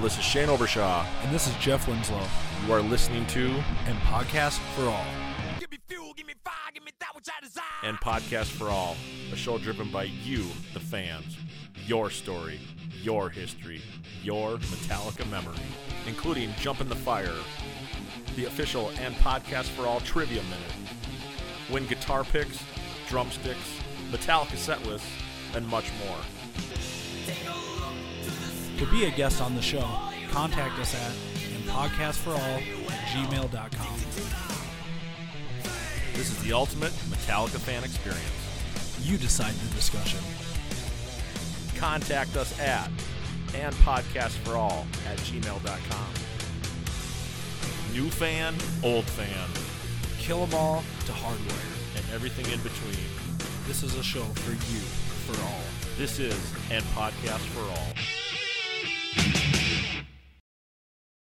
This is Shane Overshaw. And this is Jeff Winslow You are listening to and Podcast for All. Give me fuel, give me fire, give me that which I desire. and Podcast for All, a show driven by you, the fans, your story, your history, your Metallica memory, including Jump in the Fire, the official and Podcast for All Trivia Minute, win guitar picks, drumsticks, Metallica set lists, and much more. To be a guest on the show, contact us at impodcastforall at gmail.com. This is the ultimate Metallica fan experience. You decide the discussion. Contact us at and podcast for all at gmail.com. New fan, old fan, Kill 'em all to hardware. and everything in between. This is a show for you, for all. This is and podcast for all.